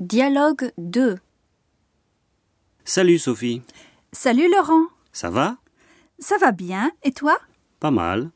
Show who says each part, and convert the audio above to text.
Speaker 1: Dialogue 2.
Speaker 2: Salut Sophie,
Speaker 1: Salut Laurent,
Speaker 2: ça va
Speaker 1: ça va bien et toi
Speaker 2: Pas mal.